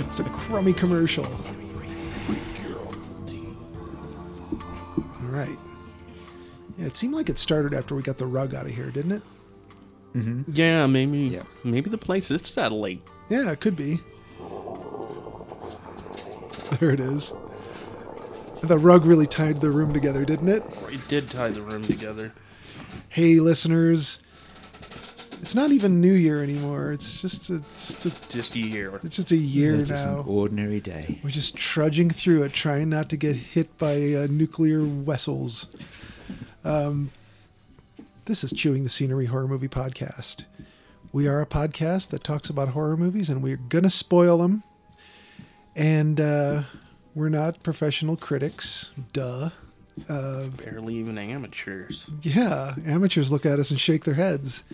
It's a crummy commercial. All right. Yeah, it seemed like it started after we got the rug out of here, didn't it? Yeah, maybe. Yeah. Maybe the place is satellite. Yeah, it could be. There it is. The rug really tied the room together, didn't it? It did tie the room together. Hey, listeners. It's not even New Year anymore. It's just a, just a, Just a year. it's just a year It's just an now. ordinary day. We're just trudging through it, trying not to get hit by uh, nuclear vessels. Um, this is Chewing the Scenery Horror Movie Podcast. We are a podcast that talks about horror movies, and we're going to spoil them. And uh, we're not professional critics. Duh. Barely even amateurs. Yeah, amateurs look at us and shake their heads.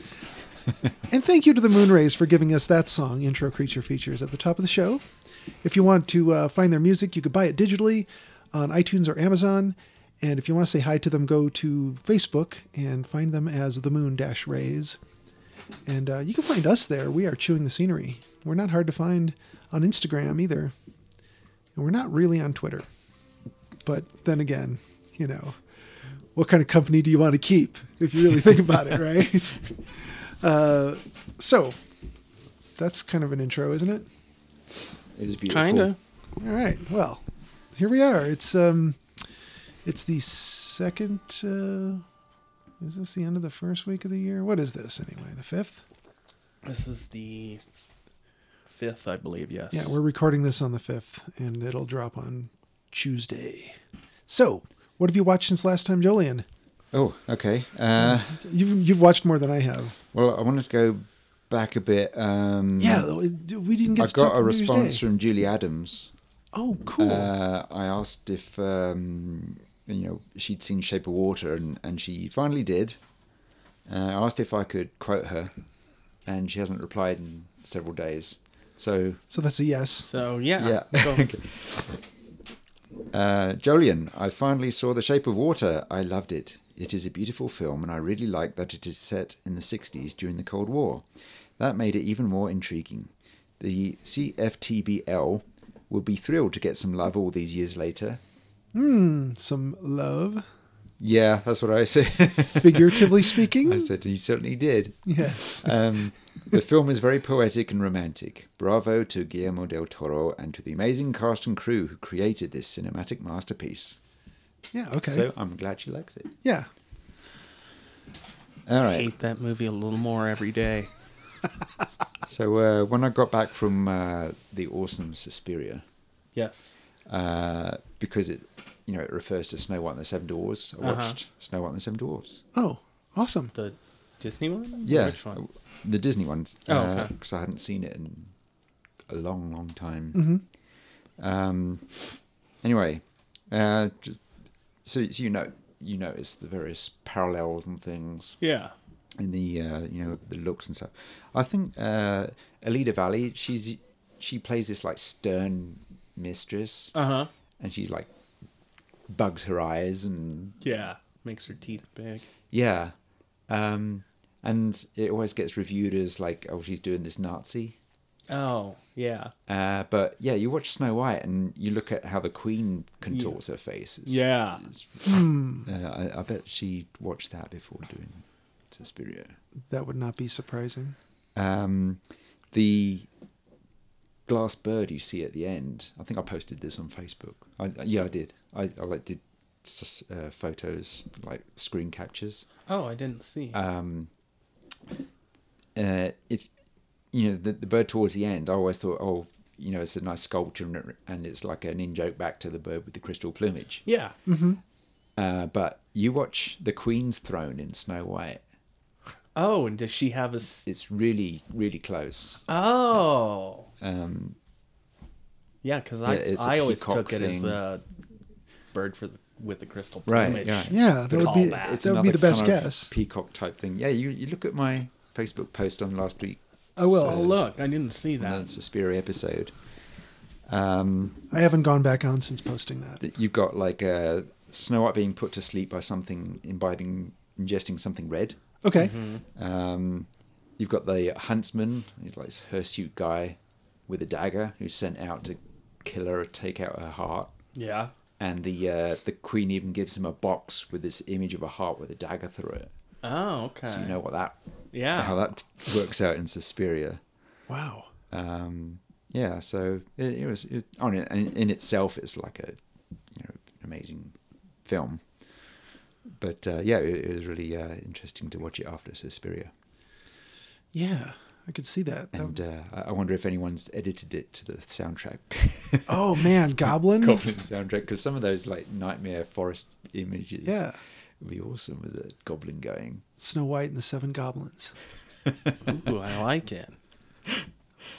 and thank you to the Moonrays for giving us that song, Intro Creature Features, at the top of the show. If you want to uh, find their music, you could buy it digitally on iTunes or Amazon. And if you want to say hi to them, go to Facebook and find them as the Moon Dash Rays. And uh, you can find us there. We are Chewing the Scenery. We're not hard to find on Instagram either. And we're not really on Twitter. But then again, you know what kind of company do you want to keep if you really think about it, right? Uh, so that's kind of an intro, isn't it? It was beautiful. Kinda. All right. Well, here we are. It's um, it's the second. Uh, is this the end of the first week of the year? What is this anyway? The fifth? This is the fifth, I believe, yes. Yeah, we're recording this on the fifth, and it'll drop on Tuesday. So, what have you watched since last time, Jolien? Oh, okay. Uh, You've you've watched more than I have. well, I wanted to go back a bit. Um, Yeah, we didn't get. I to got talk a New Year's response Day. from Julie Adams. Oh, cool. Uh, I asked if um, you know she'd seen Shape of Water, and, and she finally did. Uh, I asked if I could quote her, and she hasn't replied in several days. So, so that's a yes. So, yeah. Yeah. So, uh, Jolien, I finally saw The Shape of Water. I loved it. It is a beautiful film, and I really like that it is set in the 60s during the Cold War. That made it even more intriguing. The CFTBL would be thrilled to get some love all these years later. Some love, Yeah, that's what I said. figuratively speaking. I said he certainly did. Yes. Um, the film is very poetic and romantic. Bravo to Guillermo del Toro and to the amazing cast and crew who created this cinematic masterpiece. Yeah. Okay. So I'm glad she likes it. yeah. All I right. hate that movie a little more every day. So uh, when I got back from uh, the awesome Suspiria, Yes. uh, because it, you know, it refers to Snow White and the Seven Dwarfs. I Uh-huh. watched Snow White and the Seven Dwarfs. Oh, awesome. The Disney one? Or Yeah, Which one? the Disney ones. Oh, okay. Because I hadn't seen it in a long, long time. hmm Um, anyway, uh, ju- so, so you know you notice the various parallels and things Yeah. in the uh, you know the looks and stuff. I think uh, Alida Valley she's she plays this like stern mistress, Uh huh. and she's like bugs her eyes and Yeah. Makes her teeth big. yeah, um, and it always gets reviewed as like oh she's doing this Nazi. Oh, yeah. Uh, but yeah, you watch Snow White and you look at how the Queen contorts her face. It's- Yeah. it's- Uh, I, I bet she watched that before doing Suspiria. That would not be surprising. Um, the glass bird you see at the end. I think I posted this on Facebook. I, yeah, I did. I, I like did s- uh, photos, like screen captures. Oh, I didn't see. um, uh, it, you know, the, the bird towards the end, I always thought, oh, you know, it's a nice sculpture and, it- and it's like an in joke back to the bird with the crystal plumage. Yeah. Uh, but you watch The Queen's Throne in Snow White. Oh, and does she have a? s- It's really, really close. Oh. Um, Yeah, because I Yeah, it's a I always peacock took it as thing. a bird for the, with the crystal Right, plumage. yeah. Yeah, that would be callback. that would be the another best kind of guess. Peacock type thing. Yeah, you, you look at my Facebook post on last week. I will. Oh look, I didn't see that. That's a Suspiria episode. Um, I haven't gone back on since posting that. that you've got like uh, Snow White being put to sleep by something imbibing, ingesting something red. Okay. Um, you've got the huntsman, he's like this hirsute guy with a dagger who's sent out to kill her, take out her heart. Yeah. And the uh, the queen even gives him a box with this image of a heart with a dagger through it. Oh, okay. So you know what that yeah. how that works out in Suspiria. Wow. Um, yeah, so it, it was it, on it, in, in itself, it's like a you know amazing film. But uh, yeah, it, it was really uh, interesting to watch it after Suspiria, Yeah, I could see that. That and uh, I- I wonder if anyone's edited it to the soundtrack, Oh man, Goblin. Goblin soundtrack, because some of those like nightmare forest images, Yeah. would be awesome with the goblin going. Snow White and the Seven Goblins. Ooh, I like it.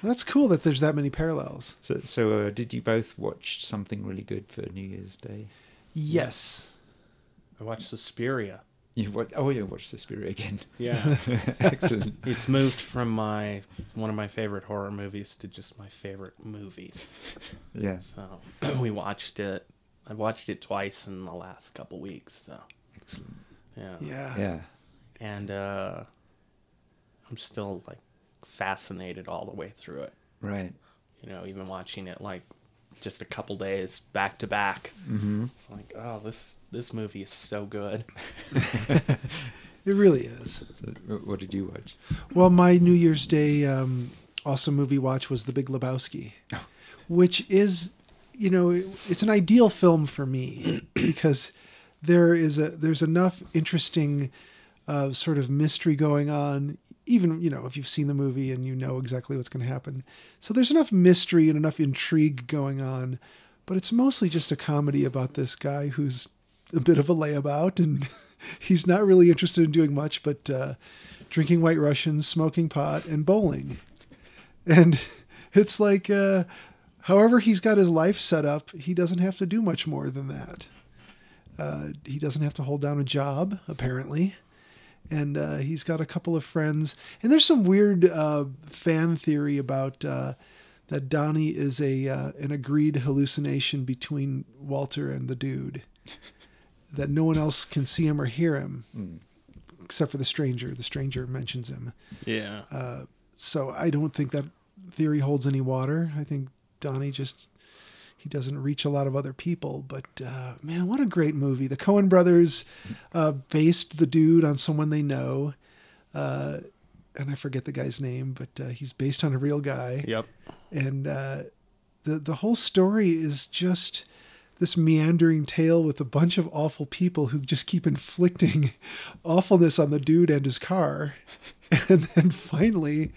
That's cool that there's that many parallels. So, so uh, did you both watch something really good for New Year's Day? Yes. I watched Suspiria. You watch, oh yeah, watch Suspiria again. Yeah. Excellent. it's moved from my one of my favorite horror movies to just my favorite movies. Yeah. So we watched it. I watched it twice in the last couple weeks. So Excellent. yeah. Yeah. Yeah. And uh, I'm still like fascinated all the way through it. Right. You know, even watching it like just a couple days back to back. Mm-hmm. It's like, oh, this this movie is so good. It really is. So, wh- what did you watch? Well, my New Year's Day um, awesome movie watch was The Big Lebowski, Oh, which is, you know, it- it's an ideal film for me because there is a there's enough interesting uh, sort of mystery going on. Even you know if you've seen the movie and you know exactly what's going to happen, so there's enough mystery and enough intrigue going on, but it's mostly just a comedy about this guy who's a bit of a layabout and he's not really interested in doing much but uh, drinking white russians smoking pot and bowling and it's like uh, however he's got his life set up he doesn't have to do much more than that uh, he doesn't have to hold down a job apparently and uh, he's got a couple of friends and there's some weird uh, fan theory about uh, that donnie is a uh, an agreed hallucination between walter and the dude that no one else can see him or hear him except for the stranger the stranger mentions him Yeah. Uh, so I don't think that theory holds any water. I think Donnie just he doesn't reach a lot of other people. But uh, man, what a great movie! The Coen Brothers uh, based the dude on someone they know, uh, and I forget the guy's name, but uh, he's based on a real guy yep. and uh, the the whole story is just this meandering tale with a bunch of awful people who just keep inflicting awfulness on the dude and his car, and then finally,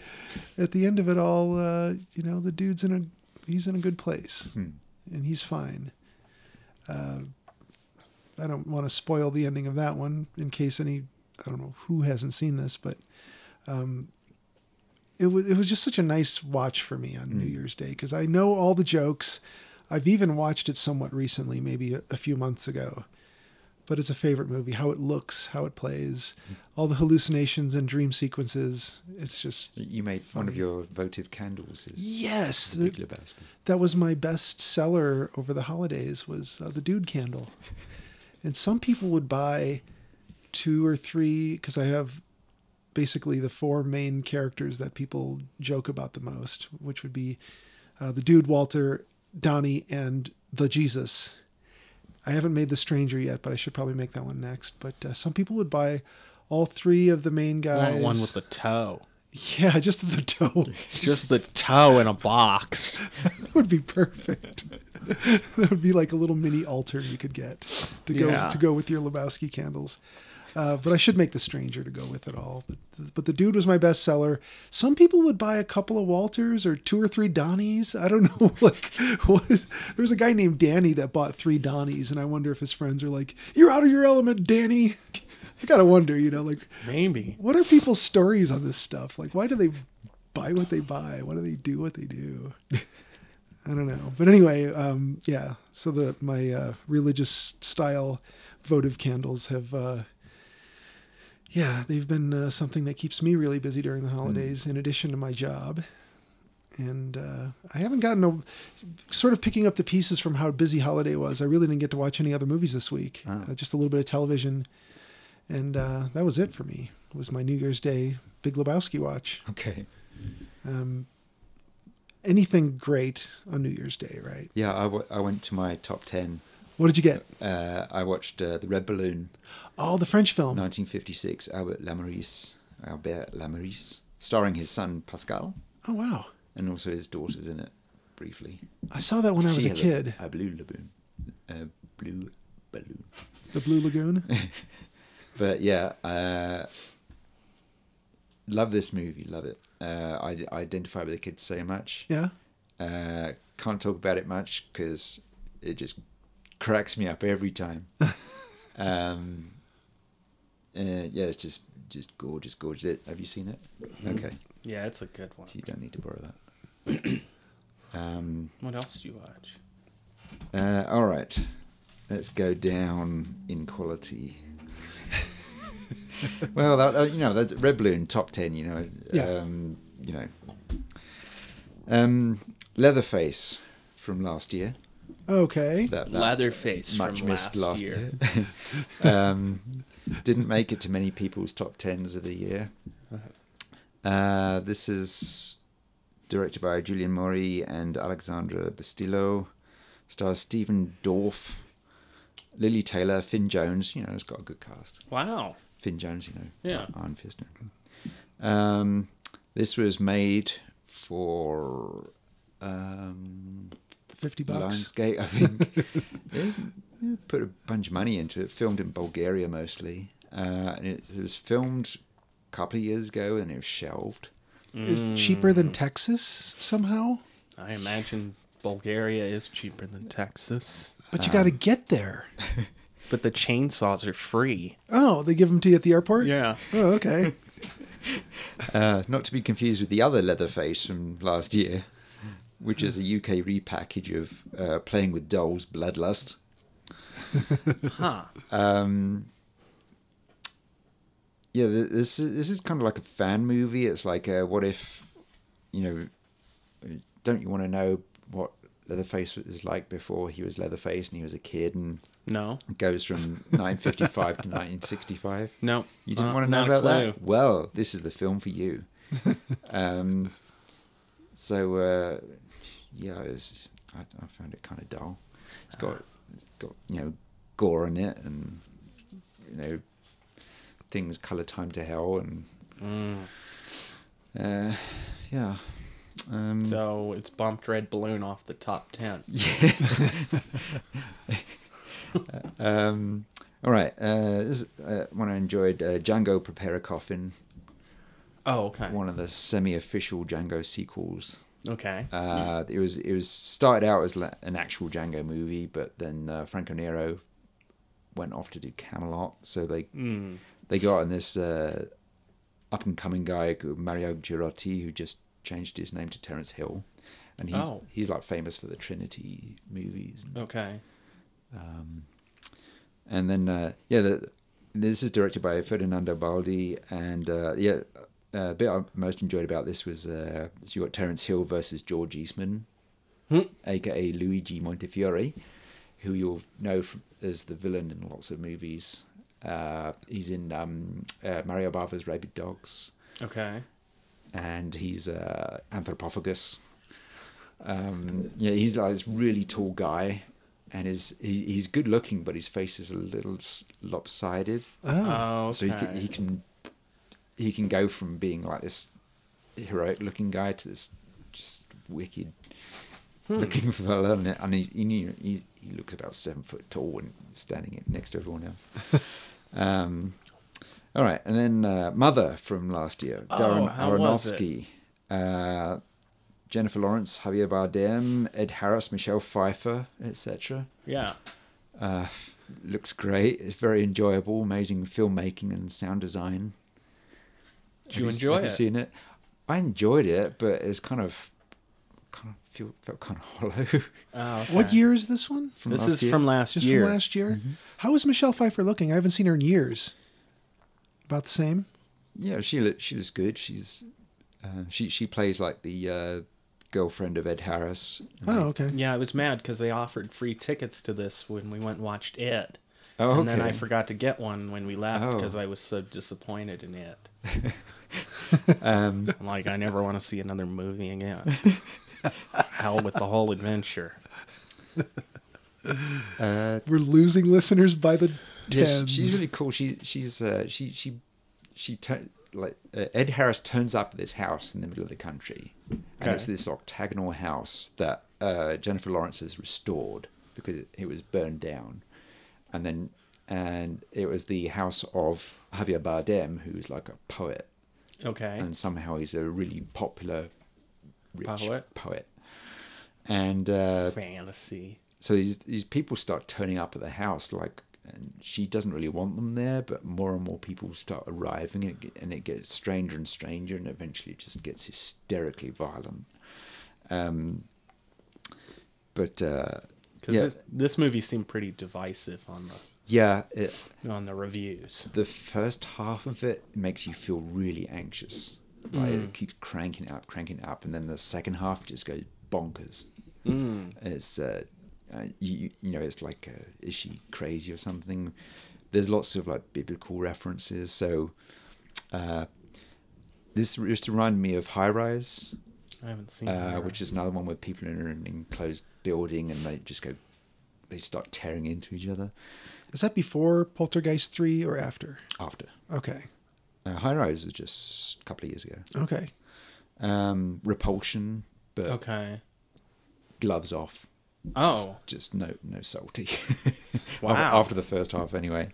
at the end of it all, uh, you know, the dude's in a he's in a good place, and he's fine. Uh, I don't want to spoil the ending of that one in case any I don't know who hasn't seen this, but it was it was just such a nice watch for me on New Year's Day because I know all the jokes. I've even watched it somewhat recently, maybe a, a few months ago. But it's a favorite movie. How it looks, how it plays, all the hallucinations and dream sequences. It's just You made one of your votive candles. Is yes, the, th- that was my best seller over the holidays was uh, the dude candle and some people would buy two or three because i have basically the four main characters that people joke about the most which would be uh, the dude walter donnie and the jesus i haven't made the stranger yet but i should probably make that one next but uh, some people would buy all three of the main guys Want one with the toe. yeah just the toe Just the toe in a box. That would be perfect. that would be like a little mini altar you could get to go Yeah. to go with your Lebowski candles. Uh, but I should make The Stranger to go with it all. But, but The Dude was my best seller. Some people would buy a couple of Walters or two or three Donnies. I don't know. Like, what is, there was a guy named Danny that bought three Donnies, and I wonder if his friends are like, "You're out of your element, Danny." I gotta wonder, you know, like Maybe. what are people's stories on this stuff? Like, why do they buy what they buy? Why do they do what they do? I don't know. But anyway, um, yeah. So the my uh, religious style votive candles have, uh, yeah, they've been uh, something that keeps me really busy during the holidays, in addition to my job. And uh, I haven't gotten a sort of picking up the pieces from how busy holiday was. I really didn't get to watch any other movies this week. Uh, just a little bit of television and uh, that was it for me. It was my New Year's Day Big Lebowski watch. Okay. Anything great on New Year's Day, right? Yeah, I, w- I went to my top 10. What did you get? Uh, I watched uh, The Red Balloon, Oh, the French film. 1956, Albert Lamarice, Albert Lamarice, starring his son Pascal, Oh wow, and also his daughter's in it briefly. I saw that when I was She a has kid. A, blue lagoon. A uh, blue balloon. The Blue Lagoon. But yeah, uh, love this movie, love it. Uh, I, I identify with the kids so much. Yeah. Uh, can't talk about it much because it just cracks me up every time. um, uh, yeah, it's just just gorgeous, gorgeous. It- Have you seen it? Okay, Yeah, it's a good one. so you don't need to borrow that. um, What else do you watch? uh, all right, let's go down in quality. well, that, uh, you know, that Red Balloon top ten. You know, Yeah. um, you know, um, Leatherface from last year. Okay. that, that Leatherface much from missed last, last year. year. um, didn't make it to many people's top tens of the year. Uh-huh. Uh, this is directed by Julian Mori and Alexandra Bastillo. Stars Stephen Dorff, Lily Taylor, Finn Jones. You know, it's got a good cast. Wow. Finn Jones, you know, Yeah. Iron Fist. Um, this was made for um, Fifty bucks. Lionsgate, I think. Yeah, yeah, Put a bunch of money into it. Filmed in Bulgaria mostly, uh, and it, it was filmed a couple of years ago, and it was shelved. Is cheaper than Texas somehow, I imagine Bulgaria is cheaper than Texas. but you got Um. to get there. But the chainsaws are free. Oh, they give them to you at the airport. Yeah. Oh, okay. Uh, not to be confused with the other Leatherface from last year, which is a UK repackage of uh, Playing with Dolls, Bloodlust. Huh. Um, yeah, th- this is, this is kind of like a fan movie. It's like, a, what if, you know, don't you want to know what Leatherface was like before he was Leatherface and he was a kid and No. goes from 955 to 1965? No. You didn't Uh, want to know not a about that? Well, this is the film for you. um, so, uh, yeah, it was, I, I found it kind of dull. It's got, got you know, gore in it and, you know, things colour time to hell and, Mm. uh, yeah. Um, So it's bumped Red Balloon off the top 10. Yeah. um, all right. Uh, this is, uh, one I enjoyed uh, Django Prepare a Coffin. Oh, okay. one of the semi-official Django sequels. Okay. Uh, it was it was started out as la- an actual Django movie, but then uh, Franco Nero went off to do Camelot, so they Mm. they got on this uh, up and coming guy called Mario Girotti who just changed his name to Terence Hill, and he's Oh. he's like famous for the Trinity movies. And, Okay. um, and then uh, yeah, the, this is directed by Ferdinando Baldi, and uh, yeah, a bit I most enjoyed about this was uh, so you got Terence Hill versus George Eastman, Hmm. aka Luigi Montefiore, who you'll know from, as the villain in lots of movies. Uh, he's in um, uh, Mario Bava's Rabid Dogs, Okay. and he's uh, Anthropophagus. Um, yeah, he's like this really tall guy, and his he, he's good looking, but his face is a little s- lopsided. Oh, Oh, okay. So he can, he can he can go from being like this heroic looking guy to this just wicked Hmm. looking fella, and, and he's, he, knew- he he looks about seven foot tall and standing next to everyone else. um, All right, and then uh, Mother from last year, Darren Oh, how was Aronofsky, uh, Jennifer Lawrence, Javier Bardem, Ed Harris, Michelle Pfeiffer, etc. Yeah. Uh, looks great. It's very enjoyable. Amazing filmmaking and sound design. Did you Have enjoy have it? You seen it? I enjoyed it, but it's kind of kind of feel, felt kind of hollow. Oh, okay. What year is this one? from This last is year. Mm-hmm. from last Just year. from last year. How is Michelle Pfeiffer looking? I haven't seen her in years. About the same. Yeah, she looks she looks good. She's uh, she she plays like the uh, girlfriend of Ed Harris. Oh, okay. Yeah, I was mad because they offered free tickets to this when we went and watched it. Oh, And then I okay. forgot to get one when we left Oh. because I was so disappointed in it. Um, I'm like, I never want to see another movie again. Hell with the whole adventure. uh, We're losing listeners by the yeah, tens. she- she's really cool. She she's uh, she she she tu- like uh, Ed Harris turns up at this house in the middle of the country, and Okay. it's this octagonal house that uh, Jennifer Lawrence has restored because it was burned down, and then and it was the house of Javier Bardem, who's like a poet. Okay. and somehow he's a really popular rich Poet. poet. And uh, Fantasy. so these these people start turning up at the house, like, and she doesn't really want them there, but more and more people start arriving, and it, ge- and it gets stranger and stranger, and eventually it just gets hysterically violent. Um, but uh, Because yeah, this, this movie seemed pretty divisive on yeah, it, the on the reviews. the first half of it makes you feel really anxious. Like it keeps cranking it up, cranking it up, and then the second half just goes bonkers. Mm. It's uh, uh, you you- you know it's like uh, is she crazy or something? There's lots of like biblical references. So uh, this just reminded me of High Rise, I haven't seen uh, that. which is another one where people are in an enclosed building and they just go, they start tearing into each other Is that before Poltergeist 3 or after? after. Okay. Uh, High Rise was just a couple of years ago. Okay. um, repulsion, but Okay. gloves off. Oh. Just, just no, no salty. Wow. After- After the first half, anyway.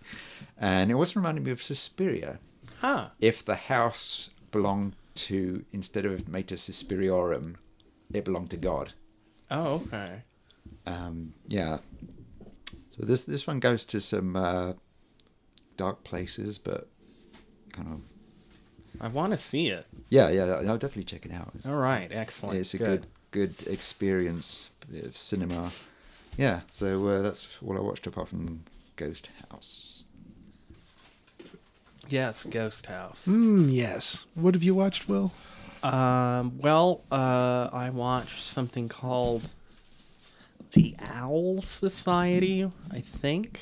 And it also reminded me of Suspiria. Huh. If the house belonged to, instead of Mater Suspiriorum, it belonged to God. Oh, okay. Um, yeah. So this this one goes to some uh, dark places, but kind of I want to see it. yeah, yeah. I'll definitely check it out. It's- All right. Excellent. it's a good good, experience of cinema. Yeah, so uh, that's all I watched apart from Ghost House. Yes, Ghost House. Hmm, yes. What have you watched, Will? Um, well, uh, I watched something called The Owl Society, I think,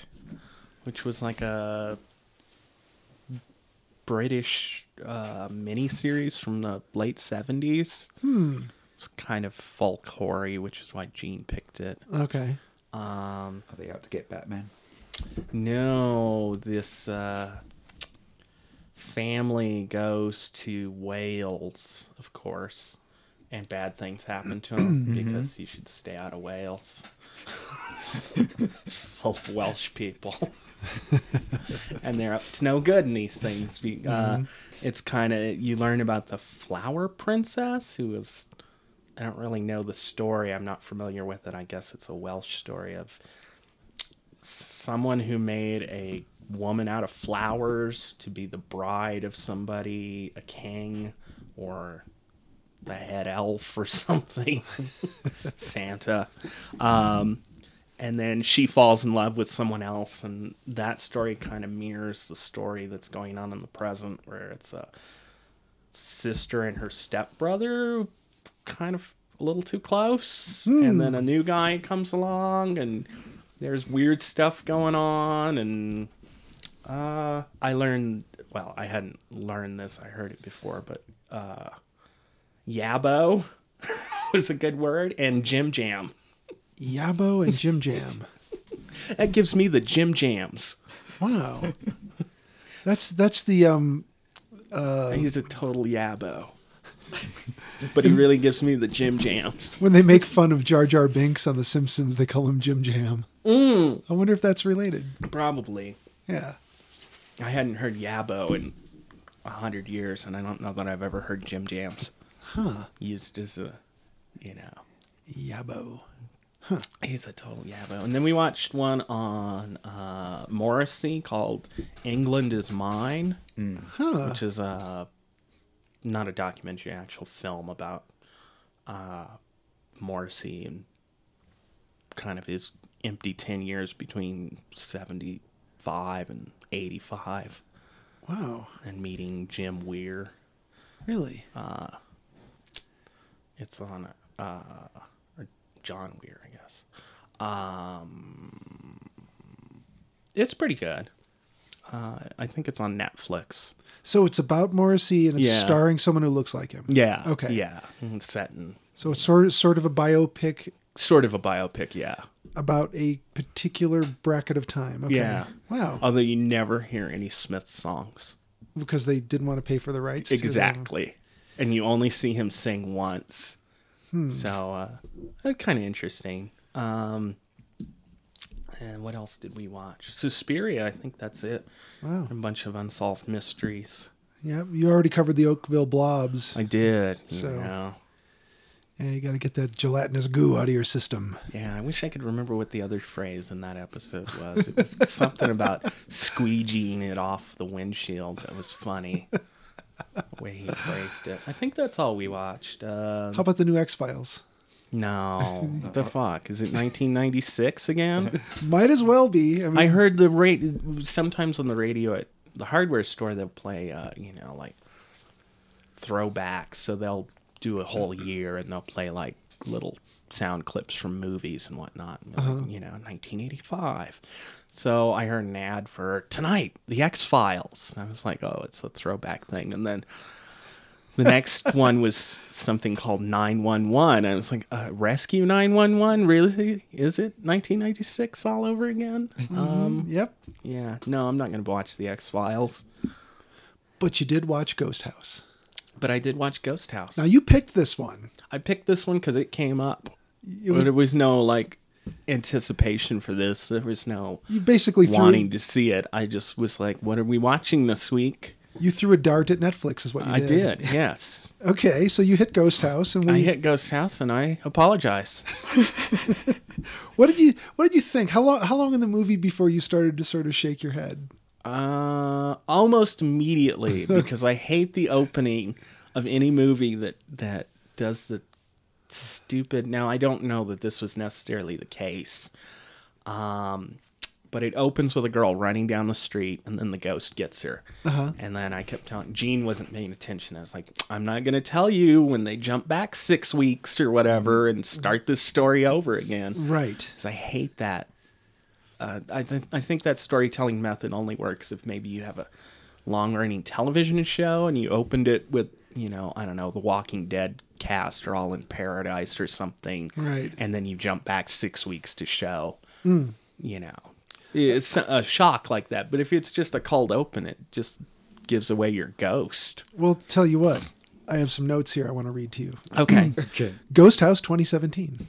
which was like a British uh, miniseries from the late 70s. Hmm. It's kind of folk hoary, which is why Gene picked it. Okay. Um, Are they out to get Batman? no, this uh, family goes to Wales, of course, and bad things happen to him because you should stay out of Wales. Full of Welsh people. and they're up to no good in these things. Be- Uh, It's kind of, you learn about the flower princess who is I don't really know the story. I'm not familiar with it. I guess it's a Welsh story of someone who made a woman out of flowers to be the bride of somebody, a king, or the head elf or something, Santa. Um, and then she falls in love with someone else, and that story kind of mirrors the story that's going on in the present, where it's a sister and her stepbrother kind of a little too close and then a new guy comes along and there's weird stuff going on and uh i learned well i hadn't learned this i heard it before but uh yabo was a good word and jim jam Yabo and Jim Jam. that gives me the jim jams Wow. That's that's the um he's a total yabo but he really gives me the jim jams when they make fun of Jar Jar Binks on The Simpsons, Mm. they call him Jim Jam. I wonder if that's related. probably Yeah. I hadn't heard Yabo in a hundred years, and I don't know that I've ever heard Jim Jams Huh. used as a, you know, Yabo. he's a total Yabo. And then we watched one on uh, Morrissey called "England Is Mine," Huh. which is a not a documentary, actual film about uh, Morrissey and kind of his empty ten years between seventy five and eighty five, Wow. and meeting Jim Weir. Really? Uh. It's on uh, or John Weir, I guess. Um, it's pretty good. Uh, I think it's on Netflix. So it's about Morrissey and it's Yeah. starring someone who looks like him. Yeah. Okay. Yeah, and it's set in So it's sort of, sort of a biopic sort of a biopic. Yeah. about a particular bracket of time. Okay. Yeah. Uh, Wow. Although you never hear any Smith songs. because they didn't want to pay for the rights. to the- Exactly. And you only see him sing once. So uh that's kind of interesting. Um and what else did we watch? Suspiria, I think that's it. Wow. A bunch of unsolved mysteries. Yeah. You already covered the Oakville blobs. I did. you So- know. Yeah. You got to get that gelatinous goo out of your system. Yeah, I wish I could remember what the other phrase in that episode was. It was something about squeegeeing it off the windshield that was funny. The way he phrased it. I think that's all we watched. Uh, How about the new X Files? no. the fuck? Is it 1996 again? Might as well be. I mean, I heard the rate sometimes on the radio at the hardware store they'll play uh, you know like throwbacks so they'll do a whole year and they'll play like little sound clips from movies and whatnot and, like, you know 1985 so i heard an ad for tonight the x-files and i was like oh it's a throwback thing and then the next one was something called 911 and i was like uh, rescue 911 really is it 1996 all over again um, yep. yeah no i'm not going to watch the x-files But you did watch Ghost House. but i did watch ghost house Now you picked this one. i picked this one because it came up It was, but there was no like anticipation for this there was no you basically threw wanting to see it i just was like what are we watching this week you threw a dart at Netflix, is what you i did. did yes Okay, so you hit Ghost House, and we. i hit ghost house and i apologize What did you What did you think? How long How long in the movie before you started to sort of shake your head? Uh, almost immediately because I hate the opening of any movie that that does the stupid. Now I don't know that this was necessarily the case, um, but it opens with a girl running down the street and then the ghost gets her. And then I kept telling Gene wasn't paying attention. I was like, I'm not gonna tell you when they jump back six weeks or whatever and start this story over again. Right. 'Cause I hate that. Uh, I th- I think that storytelling method only works if maybe you have a long running television show and you opened it with you know I don't know the Walking Dead cast are all in paradise or something, Right. And then you jump back six weeks to show, you know, it's a shock like that. But if it's just a cold open, it just gives away your ghost. Well, tell you what, I have some notes here I want to read to you. Okay, Okay. Ghost House 2017.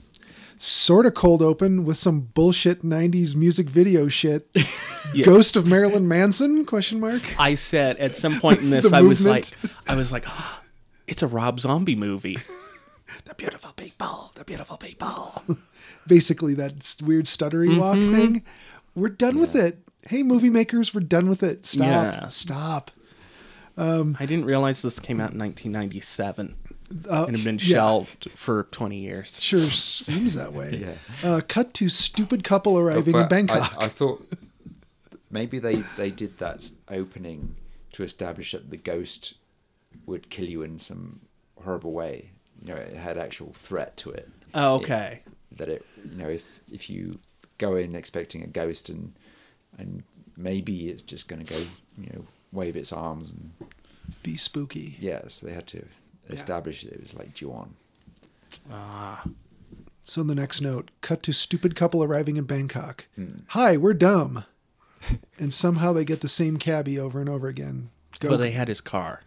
Sort of cold open with some bullshit 90s music video shit. Yeah. Ghost of Marilyn Manson? Question mark. I said at some point in this, The I was like, movement. I was like, "Ah, it's a Rob Zombie movie. the beautiful people, the beautiful people. Basically that s- weird stuttery walk thing. We're done with it. Hey movie makers, we're done with it. Stop. Yeah. Stop. I didn't realize this came out in 1997 Uh, and had been yeah. shelved for 20 years. Sure seems that way. Uh, cut to stupid couple arriving in But Bangkok. Oh, I, I thought maybe they, they did that opening to establish that the ghost would kill you in some horrible way. You know, it had actual threat to it. Oh, okay. It- that it, you know, if if you go in expecting a ghost and and maybe it's just going to go, you know, wave its arms and Be spooky. yeah. So they had to establish that it was like due on. So in the next note, cut to stupid couple arriving in Bangkok. Hmm. Hi, we're dumb. and somehow they get the same cabbie over and over again. Go. But they had his car.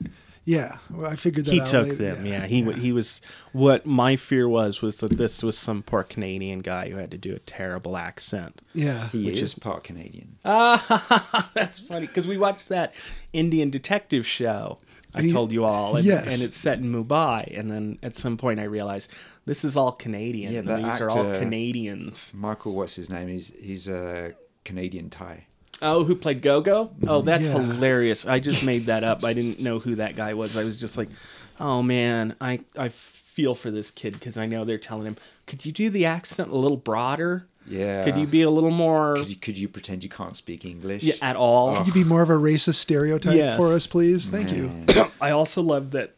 Yeah, well, I figured that he out took later. them. Yeah, he wa- he was. What my fear was was that this was some poor Canadian guy who had to do a terrible accent. yeah. He which is? is part Canadian. That's funny because we watched that Indian detective show. I He- told you all, and, yes. and it's set in Mumbai. And then at some point, I realized this is all Canadian. Yeah, and that these are all actor- Canadians. Michael, what's his name? He's he's a Canadian Thai. Oh, who played Gogo? Oh, that's Yeah. hilarious. I just made that up. I didn't know who that guy was. I was just like, oh man, I I feel for this kid because I know they're telling him, could you do the accent a little broader? Yeah. Could you be a little more Could you, Oh. could you pretend you can't speak English? yeah, at all? Could you be more of a racist stereotype Yes. for us, please? Thank you. I also love that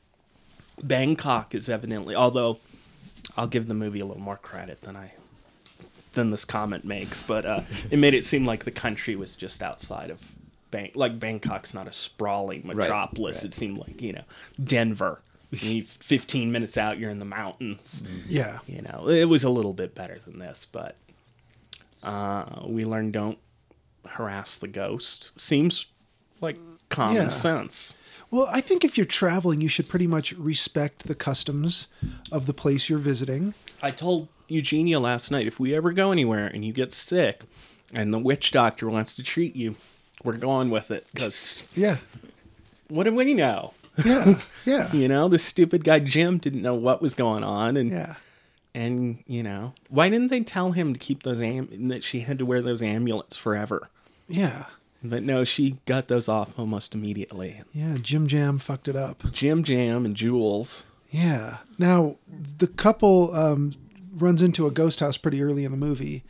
Bangkok is evidently, although I'll give the movie a little more credit than I than this comment makes, but uh, it made it seem like the country was just outside of Bang. Like Bangkok's not a sprawling metropolis. right. It seemed like you know Denver. You- Fifteen minutes out, you're in the mountains. Mm-hmm. Yeah. You know, it was a little bit better than this, but uh, we learned don't harass the ghost. Seems like common Yeah. sense. Well, I think if you're traveling, you should pretty much respect the customs of the place you're visiting. I told Eugenia last night if we ever go anywhere and you get sick and the witch doctor wants to treat you, we're going with it. Because Yeah. what do we know? Yeah. Yeah. You know, this stupid guy Jim didn't know what was going on. And, yeah. and you know, why didn't they tell him to keep those, am- that she had to wear those amulets forever? Yeah. But no, she got those off almost immediately. Yeah. Jim Jam fucked it up. Jim Jam and Jules. Yeah. Now the couple um, runs into a ghost house pretty early in the movie,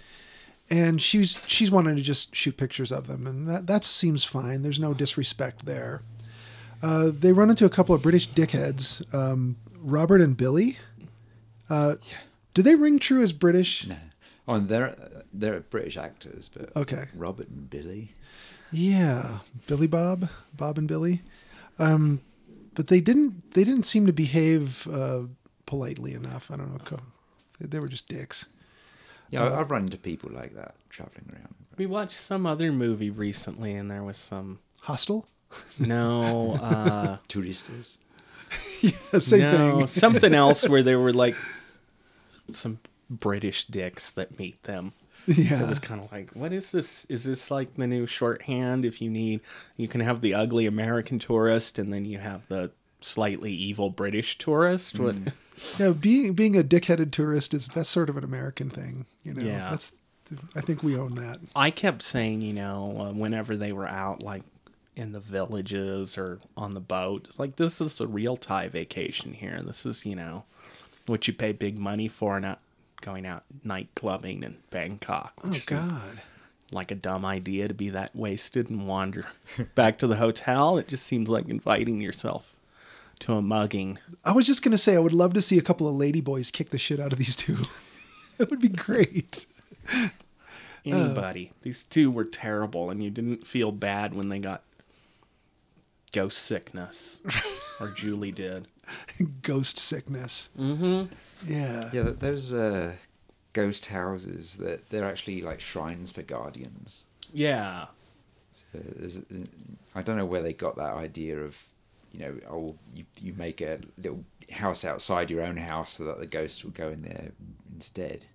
and she's she's wanting to just shoot pictures of them, and that that seems fine. There's no disrespect there. Uh, they run into a couple of British dickheads, um, Robert and Billy. Uh, Do they ring true as British? No. Oh, and they're they're British actors, but Okay. Robert and Billy. Yeah, Billy Bob, Bob and Billy. Um, but they didn't they didn't seem to behave uh, politely enough. I don't know. co- They, they were just dicks. Yeah, I- I've run into people like that traveling around. We watched some other movie recently and there was some. Hostile. No, uh. Touristas. Same no, thing. something else where there were like some British dicks that meet them. It Yeah. was kind of like, what is this? Is this like the new shorthand? If you need, you can have the ugly American tourist, and then you have the slightly evil British tourist. What? Mm. Yeah, being being a dickheaded tourist is that's sort of an American thing, you know. Yeah. That's I think we own that. I kept saying, you know, uh, whenever they were out, like in the villages or on the boat, it's like this is the real Thai vacation here. This is, you know, what you pay big money for, not going out night clubbing in Bangkok. which Oh seemed god. like a dumb idea to be that wasted and wander back to the hotel. It just seems like inviting yourself to a mugging. I was just going to say I would love to see a couple of ladyboys kick the shit out of these two. that would be great. Anybody. These two were terrible, and you didn't feel bad when they got ghost sickness, or Julie did. Ghost sickness. Mm-hmm. Yeah. Yeah, th- those uh, ghost houses that they're actually like shrines for guardians. Yeah. So there's, I don't know where they got that idea of, you know, oh, you, you make a little house outside your own house so that the ghosts will go in there instead.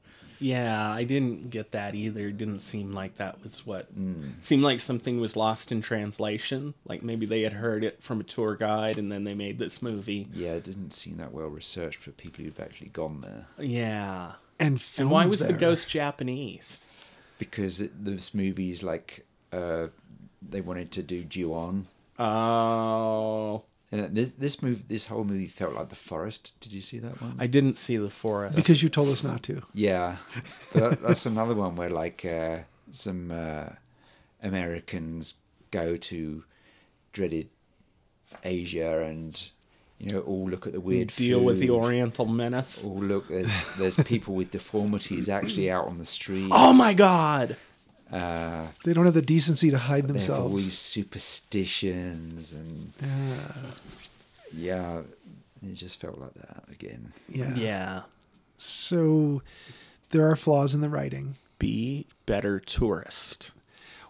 Yeah, I didn't get that either. It didn't seem like that was what. Mm. Seemed like something was lost in translation. Like maybe they had heard it from a tour guide and then they made this movie. Yeah, it doesn't seem that well researched for people who've actually gone there Yeah. And And why filmed was the there. ghost Japanese? because it, this movie's like uh, they wanted to do Ju-on. Oh, And this, this movie, this whole movie felt like the forest. Did you see that one? I didn't see the forest. because you told us not to. Yeah, but that, that's another one where like uh, some uh, Americans go to dreaded Asia and you know all look at the We weird deal with the food, Oriental menace. All look there's, there's people with deformities actually out on the streets. Oh my God! Uh, They don't have the decency to hide they have all themselves. these superstitions and yeah, it just felt like that again. yeah. Yeah, So there are flaws in the writing. be better tourist.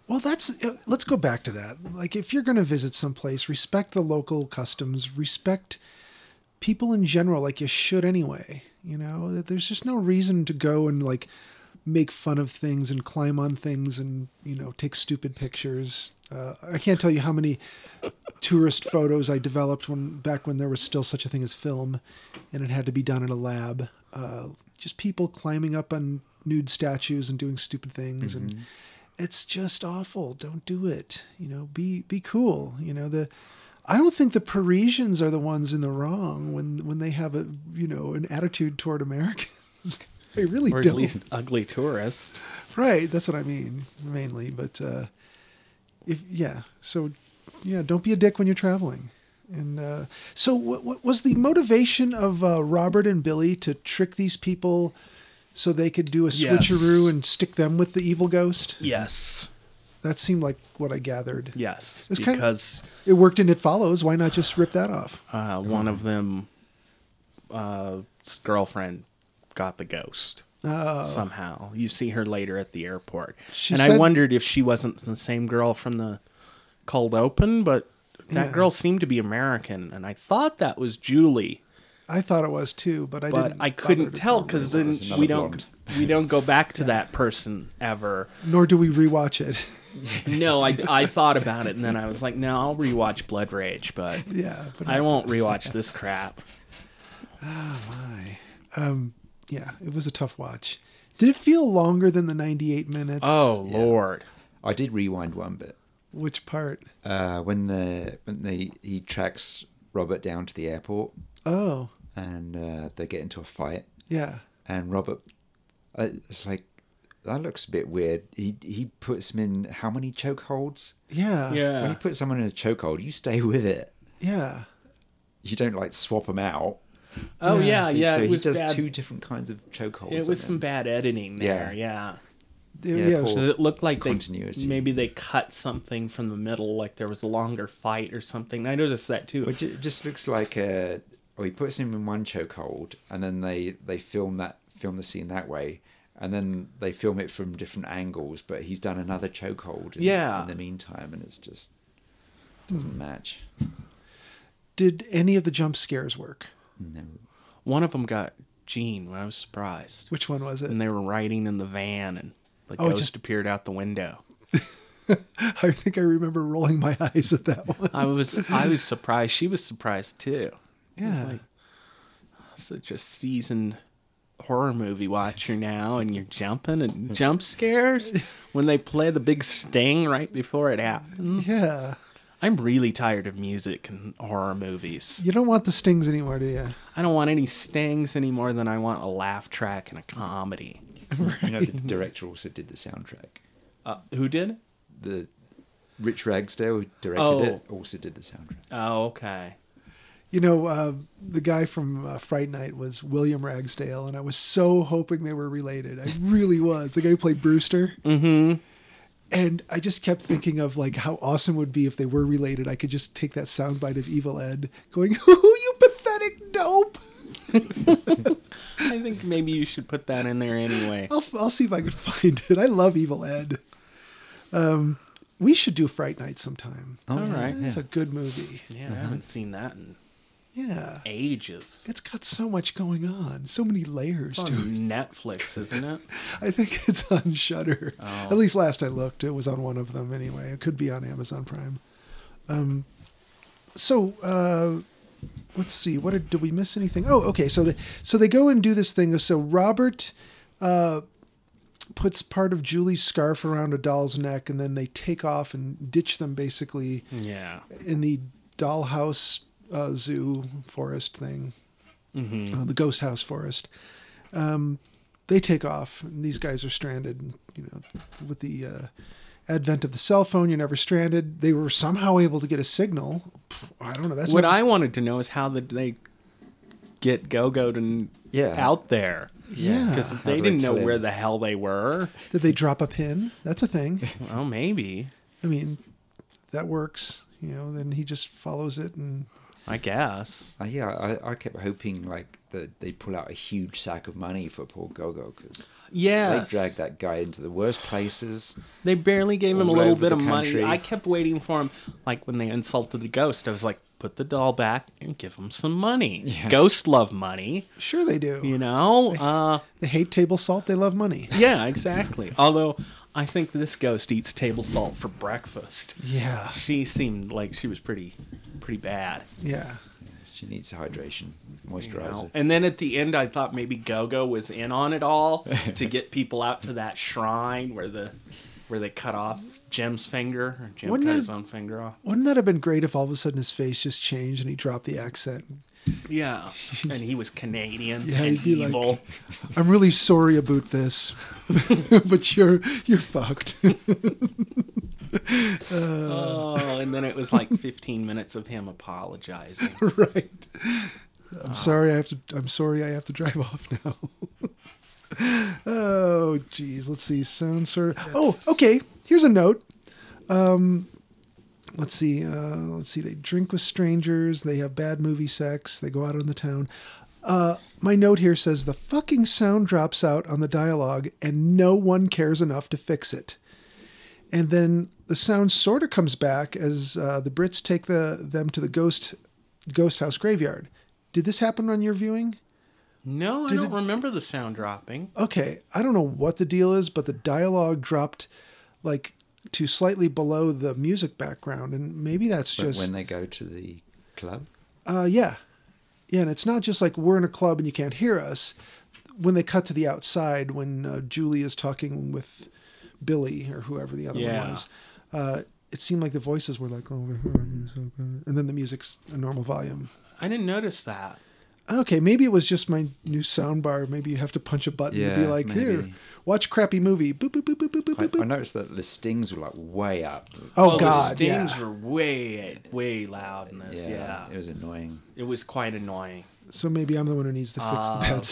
Well, that's uh, let's go back to that. Like, if you're going to visit someplace, respect the local customs, respect people in general. Like you should anyway. You know, That there's just no reason to go and like make fun of things and climb on things and you know take stupid pictures. Uh, I can't tell you how many tourist photos I developed when back when there was still such a thing as film, and it had to be done in a lab. Uh, just people climbing up on nude statues and doing stupid things, and it's just awful. Don't do it. You know, be be cool. You know the. I don't think the Parisians are the ones in the wrong when when they have a you know an attitude toward Americans. I really or at don't. least ugly tourists. Right, that's what I mean mainly. But uh, if yeah, so yeah, don't be a dick when you're traveling. And uh, so, what, what was the motivation of uh, Robert and Billy to trick these people so they could do a Yes. switcheroo and stick them with the evil ghost? Yes, That seemed like what I gathered. yes, It's kind of- because It worked, and it follows. Why not just rip that off? uh, one of them, uh, s- girlfriend, got the ghost Uh, somehow. You see her later at the airport, She and I said- wondered if she wasn't the same girl from the cold open, but that Yeah. girl seemed to be American, and I thought that was Julie. I thought it was too, but I but didn't. I bother couldn't to- tell because then That's another we don't blonde. we don't go back to that person ever. Nor do we rewatch it. No, I, I thought about it and then I was like, no, I'll rewatch Blood Rage, but yeah, but I not won't this. rewatch this crap. Aye. Um, yeah, it was a tough watch. Did it feel longer than the 98 minutes? Oh lord, I did rewind one bit. Which part? Uh, when the when the he tracks Robert down to the airport Oh, and uh, they get into a fight yeah. and Robert uh, it's like that looks a bit weird. He he puts him in how many chokeholds? Yeah. When yeah, you put someone in a chokehold, you stay with it. Yeah. You don't like swap them out. oh yeah, yeah. so it he was does bad. two different kinds of chokeholds. It was some on him. bad editing there. Yeah, It- Yeah, yeah, it was- Paul. Does it looked like they Continuity. maybe they cut something from the middle, like there was a longer fight or something. I noticed that too. Well, ju- it just looks like uh, well, he puts him in one chokehold, and then they they film that film the scene that way, and then they film it from different angles. But he's done another chokehold. In, Yeah. Hmm. In the meantime, and it's just doesn't match. Did any of the jump scares work? No. One of them got Gene. I was surprised. Which one was and it? they were riding in the van and the Oh, it ghost just- appeared out the window. I think I remember rolling my eyes at that one. I was I was surprised. She was surprised too. Yeah. like- Such a seasoned horror movie watcher now and you're jumping and jump scares when they play the big sting right before it happens. yeah. I'm really tired of music and horror movies. You don't want the stings anymore, do you? I don't want any stings any more than I want a laugh track and a comedy. You know, the director also did the soundtrack. Uh, who did? The Rich Ragsdale who directed it also did the soundtrack. Oh, okay. You know, uh, the guy from uh, Fright Night was William Ragsdale, and I was so hoping they were related. I really was. The guy who played Brewster. Mm-hmm. And I just kept thinking of like how awesome it would be if they were related. I could just take that soundbite of Evil Ed going, "Ooh, you pathetic dope." I think maybe you should put that in there anyway. I'll, I'll see if I can find it. I love Evil Ed. Um, we should do Fright Night sometime. Oh, All yeah, right. It's a good movie. Yeah, I haven't seen that in Yeah. ages. It's got so much going on, so many layers It's on to it. Netflix, isn't it? I think it's on Shudder. At least last I looked, it was on one of them anyway. It could be on Amazon Prime. Um, so uh, let's see. What did, did we miss anything? Oh, okay. So they so they go and do this thing. So Robert uh, puts part of Julie's scarf around a doll's neck, and then they take off and ditch them basically Yeah. in the dollhouse uh, zoo forest thing, uh, the ghost house forest. Um, they take off, and these guys are stranded. and, You know, with the uh, advent of the cell phone, you're never stranded. They were somehow able to get a signal. Pff, I don't know. That's What not- I wanted to know is how did they get Go-Go to Yeah. out there? Yeah. Because How they do didn't know tell him? where the hell they were. did they drop a pin? That's a thing. Well, maybe. I mean, that works. You know, then he just follows it and I guess. Uh, yeah, I, I kept hoping like that they'd pull out a huge sack of money for poor Gogo because Yes. they dragged that guy into the worst places. They barely gave him a All little over bit the of money. country. I kept waiting for him. Like when they insulted the ghost, I was like, put the doll back and give him some money. Ghosts love money, Sure, they do. you know? Uh, They hate table salt. They love money. yeah, exactly. Although I think this ghost eats table salt for breakfast. Yeah. She seemed like she was pretty, pretty bad. Yeah. She needs hydration, you know? moisturizer. And then at the end, I thought maybe Gogo was in on it all to get people out to that shrine where the where they cut off Jim's finger. Or Jim Wouldn't cut that- his own finger off. Wouldn't that have been great if all of a sudden his face just changed and he dropped the accent? Yeah, and he was Canadian Yeah, and he'd be like- evil. I'm really sorry about this, but you're you're fucked. uh, oh, and then it was like 15 minutes of him apologizing. right. I'm sorry. I have to. I'm sorry. I have to drive off now. oh, geez. Let's see. Sound sort. Of, oh, okay. Here's a note. Um, let's see. Uh, let's see. They drink with strangers. They have bad movie sex. They go out on the town. Uh, my note here says the fucking sound drops out on the dialogue, and no one cares enough to fix it and then the sound sort of comes back as uh, the Brits take the them to the ghost ghost house graveyard. Did this happen on your viewing? No, I Did don't remember the sound dropping. Okay, I don't know what the deal is, but the dialogue dropped like to slightly below the music background, and maybe that's But just when they go to the club, Uh, yeah. Yeah, and it's not just like we're in a club and you can't hear us. When they cut to the outside, when uh, Julie is talking with Billy or whoever the other Yeah. one was, uh, it seemed like the voices were like, oh, we're hearing you so good." and then the music's a normal volume. I didn't notice that. Okay, maybe it was just my new soundbar. Maybe you have to punch a button to be Yeah, like, here, maybe. watch crappy movie. Boop, boop, boop, boop, boop, boop, I, boop. I noticed that the stings were like way up. Oh, the God, stings yeah. were way, way loud in this. Yeah, it was annoying. it was quite annoying. So maybe I'm the one who needs to fix the bad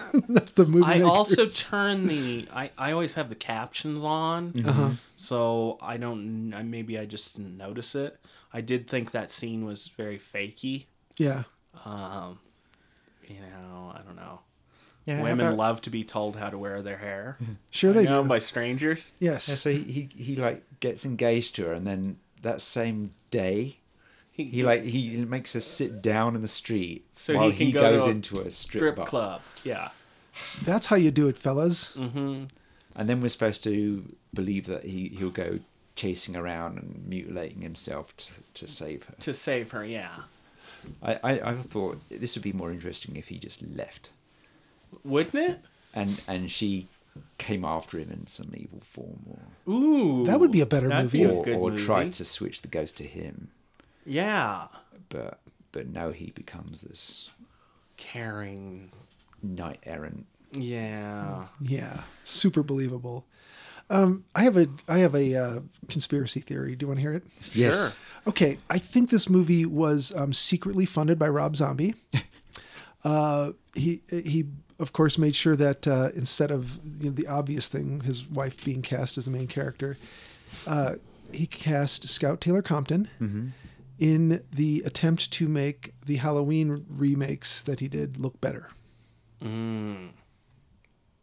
sound, not the movie. Um, I maker. also turn the. I, I always have the captions on, Mm-hmm. Uh-huh. so I don't. I- Maybe I just didn't notice it. I did think that scene was very fakey. yeah. Um, you know, I don't know. Yeah, how Women about- love to be told how to wear their hair. Sure I they know do. by strangers. Yes. Yeah, so he, he he like gets engaged to her, and then that same day, he like he makes her sit down in the street So while he can he, go goes to a into a strip, strip bar. club. Yeah. That's how you do it, fellas. And then we're supposed to believe that he he'll go chasing around and mutilating himself to, to save her. To save her, yeah. I, I I thought this would be more interesting if he just left, Wouldn't it? and and she came after him in some evil form, or Ooh. That would be a better that'd movie. Be a or, good or movie. tried to switch the ghost to him, Yeah. but but now he becomes this Caring. knight errant. Yeah. Yeah, super believable. Um, I have a I have a uh, conspiracy theory. Do you want to hear it? Yes. Okay, I think this movie was um, secretly funded by Rob Zombie. Uh, he he of course made sure that uh, instead of you know, the obvious thing, his wife being cast as the main character, uh, he cast Scout Taylor Compton in the attempt to make the Halloween remakes that he did look better.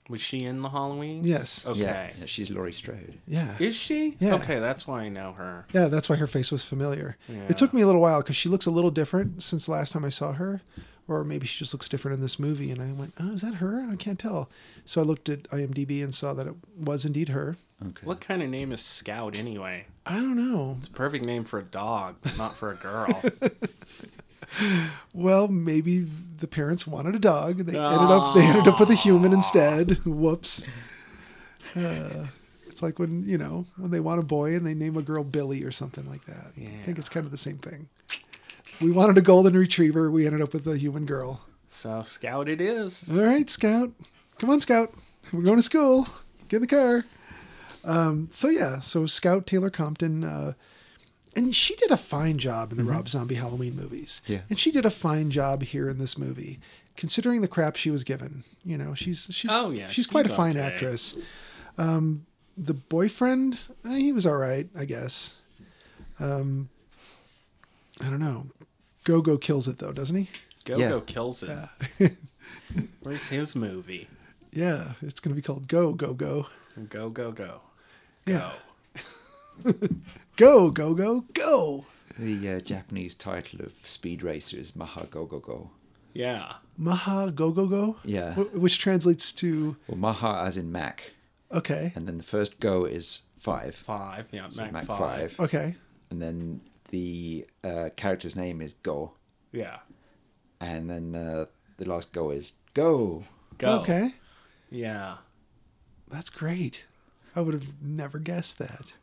Was she in the Halloween? Yes. Okay. Yeah, yeah, she's Laurie Strode. Yeah. Is she? Yeah. Okay, that's why I know her. Yeah, that's why her face was familiar. Yeah. It took me a little while because she looks a little different since the last time I saw her, or maybe she just looks different in this movie. And I went, "Oh, is that her? I can't tell." So I looked at IMDb and saw that it was indeed her. Okay. What kind of name is Scout anyway? I don't know. Perfect name for a dog, but not for a girl. Well, maybe the parents wanted a dog. They ended up they ended up with a human instead. Whoops. Uh, it's like when you know when they want a boy and they name a girl Billy or something like that. I think it's kind of the same thing. We wanted a golden retriever. We ended up with a human girl. so Scout it is. All right, Scout. Come on, Scout. We're going to school. Get in the car. Um, so yeah, so Scout Taylor Compton, uh, and she did a fine job in the Rob Zombie Halloween movies. Yeah. and she did a fine job here in this movie, considering the crap she was given. You know, she's she's Oh, yeah, she's quite a she's fine okay. actress. Um, the boyfriend, eh, he was all right, I guess. Um, I don't know. Gogo kills it though, doesn't he? Go Yeah. Go kills it. Where's his movie? Yeah, it's going to be called Go Go Go. Go Go Go. Yeah. Go Go Go Go. The uh, Japanese title of Speed Racer is Maha Go Go Go. Yeah. Maha Go Go Go. Yeah. Wh- which translates to Well, Maha as in Mac. okay, And then the first go is five. Five. Yeah. So Mac, five. okay, And then the uh, character's name is Go. Yeah. And then uh, the last go is Go. Go. okay. Yeah. That's great. I would have never guessed that.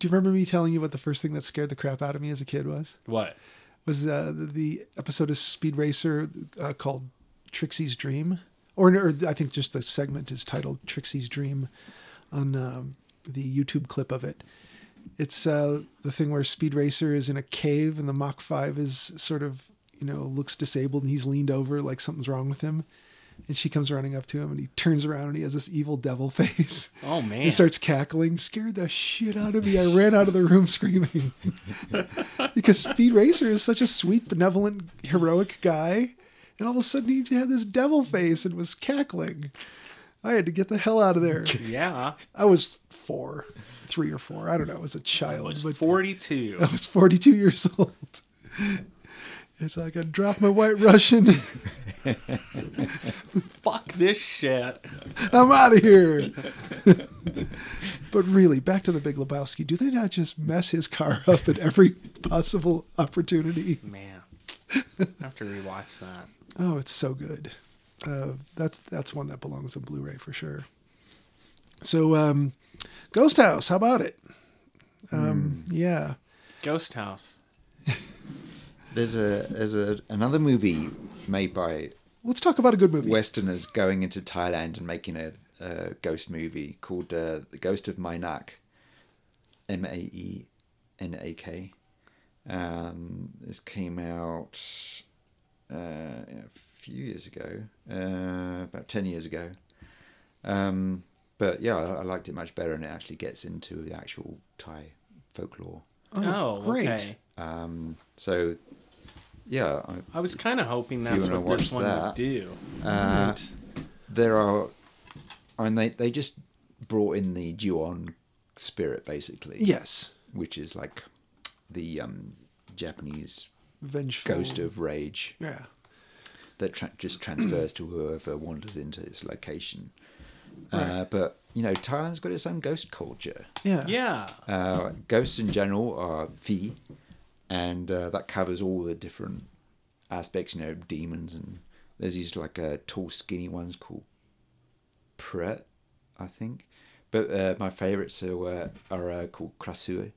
Do you remember me telling you what the first thing that scared the crap out of me as a kid was? What? Was uh, the, the episode of Speed Racer uh, called Trixie's Dream? Or, or I think just the segment is titled Trixie's Dream on um, the YouTube clip of it. It's uh, the thing where Speed Racer is in a cave and the Mach 5 is sort of, you know, looks disabled and he's leaned over like something's wrong with him. And she comes running up to him and he turns around and he has this evil devil face. Oh man. He starts cackling, scared the shit out of me. I ran out of the room screaming. because Speed Racer is such a sweet, benevolent, heroic guy. And all of a sudden he had this devil face and was cackling. I had to get the hell out of there. yeah. I was four, three or four. I don't know. I was a child. Was but Oh, forty-two. I was 42 years old. It's like I dropped my white Russian. Fuck this shit. Oh, I'm out of here. but really, back to the Big Lebowski. Do they not just mess his car up at every possible opportunity? Man. I have to rewatch that. Oh, it's so good. Uh, that's that's one that belongs on Blu-ray for sure. So, um, Ghost House, how about it? Um, Hmm. Yeah, Ghost House. There's a there's a, another movie made by let's talk about a good movie. Westerners going into Thailand and making a, a ghost movie called uh, The Ghost of Mainak. M A E N A K. Um, this came out uh, a few years ago, uh, about 10 years ago. Um, but yeah, I, I liked it much better, and it actually gets into the actual Thai folklore. Oh, great. okay. Um, so yeah, I, I was kind of hoping that's wanna what this watch one would that. do. Uh, there are, I mean, they, they just brought in the Juon spirit basically, Yes, which is like the um, Japanese vengeful ghost of rage yeah. that tra- just transfers to whoever wanders into this location. Uh, but you know, Thailand's got its own ghost culture. yeah, Yeah. Uh, ghosts in general are V, and uh, that covers all the different aspects. You know, demons and there's these like uh, tall, skinny ones called Pret, I think. But uh, my favourites are uh, are uh, called Krasua.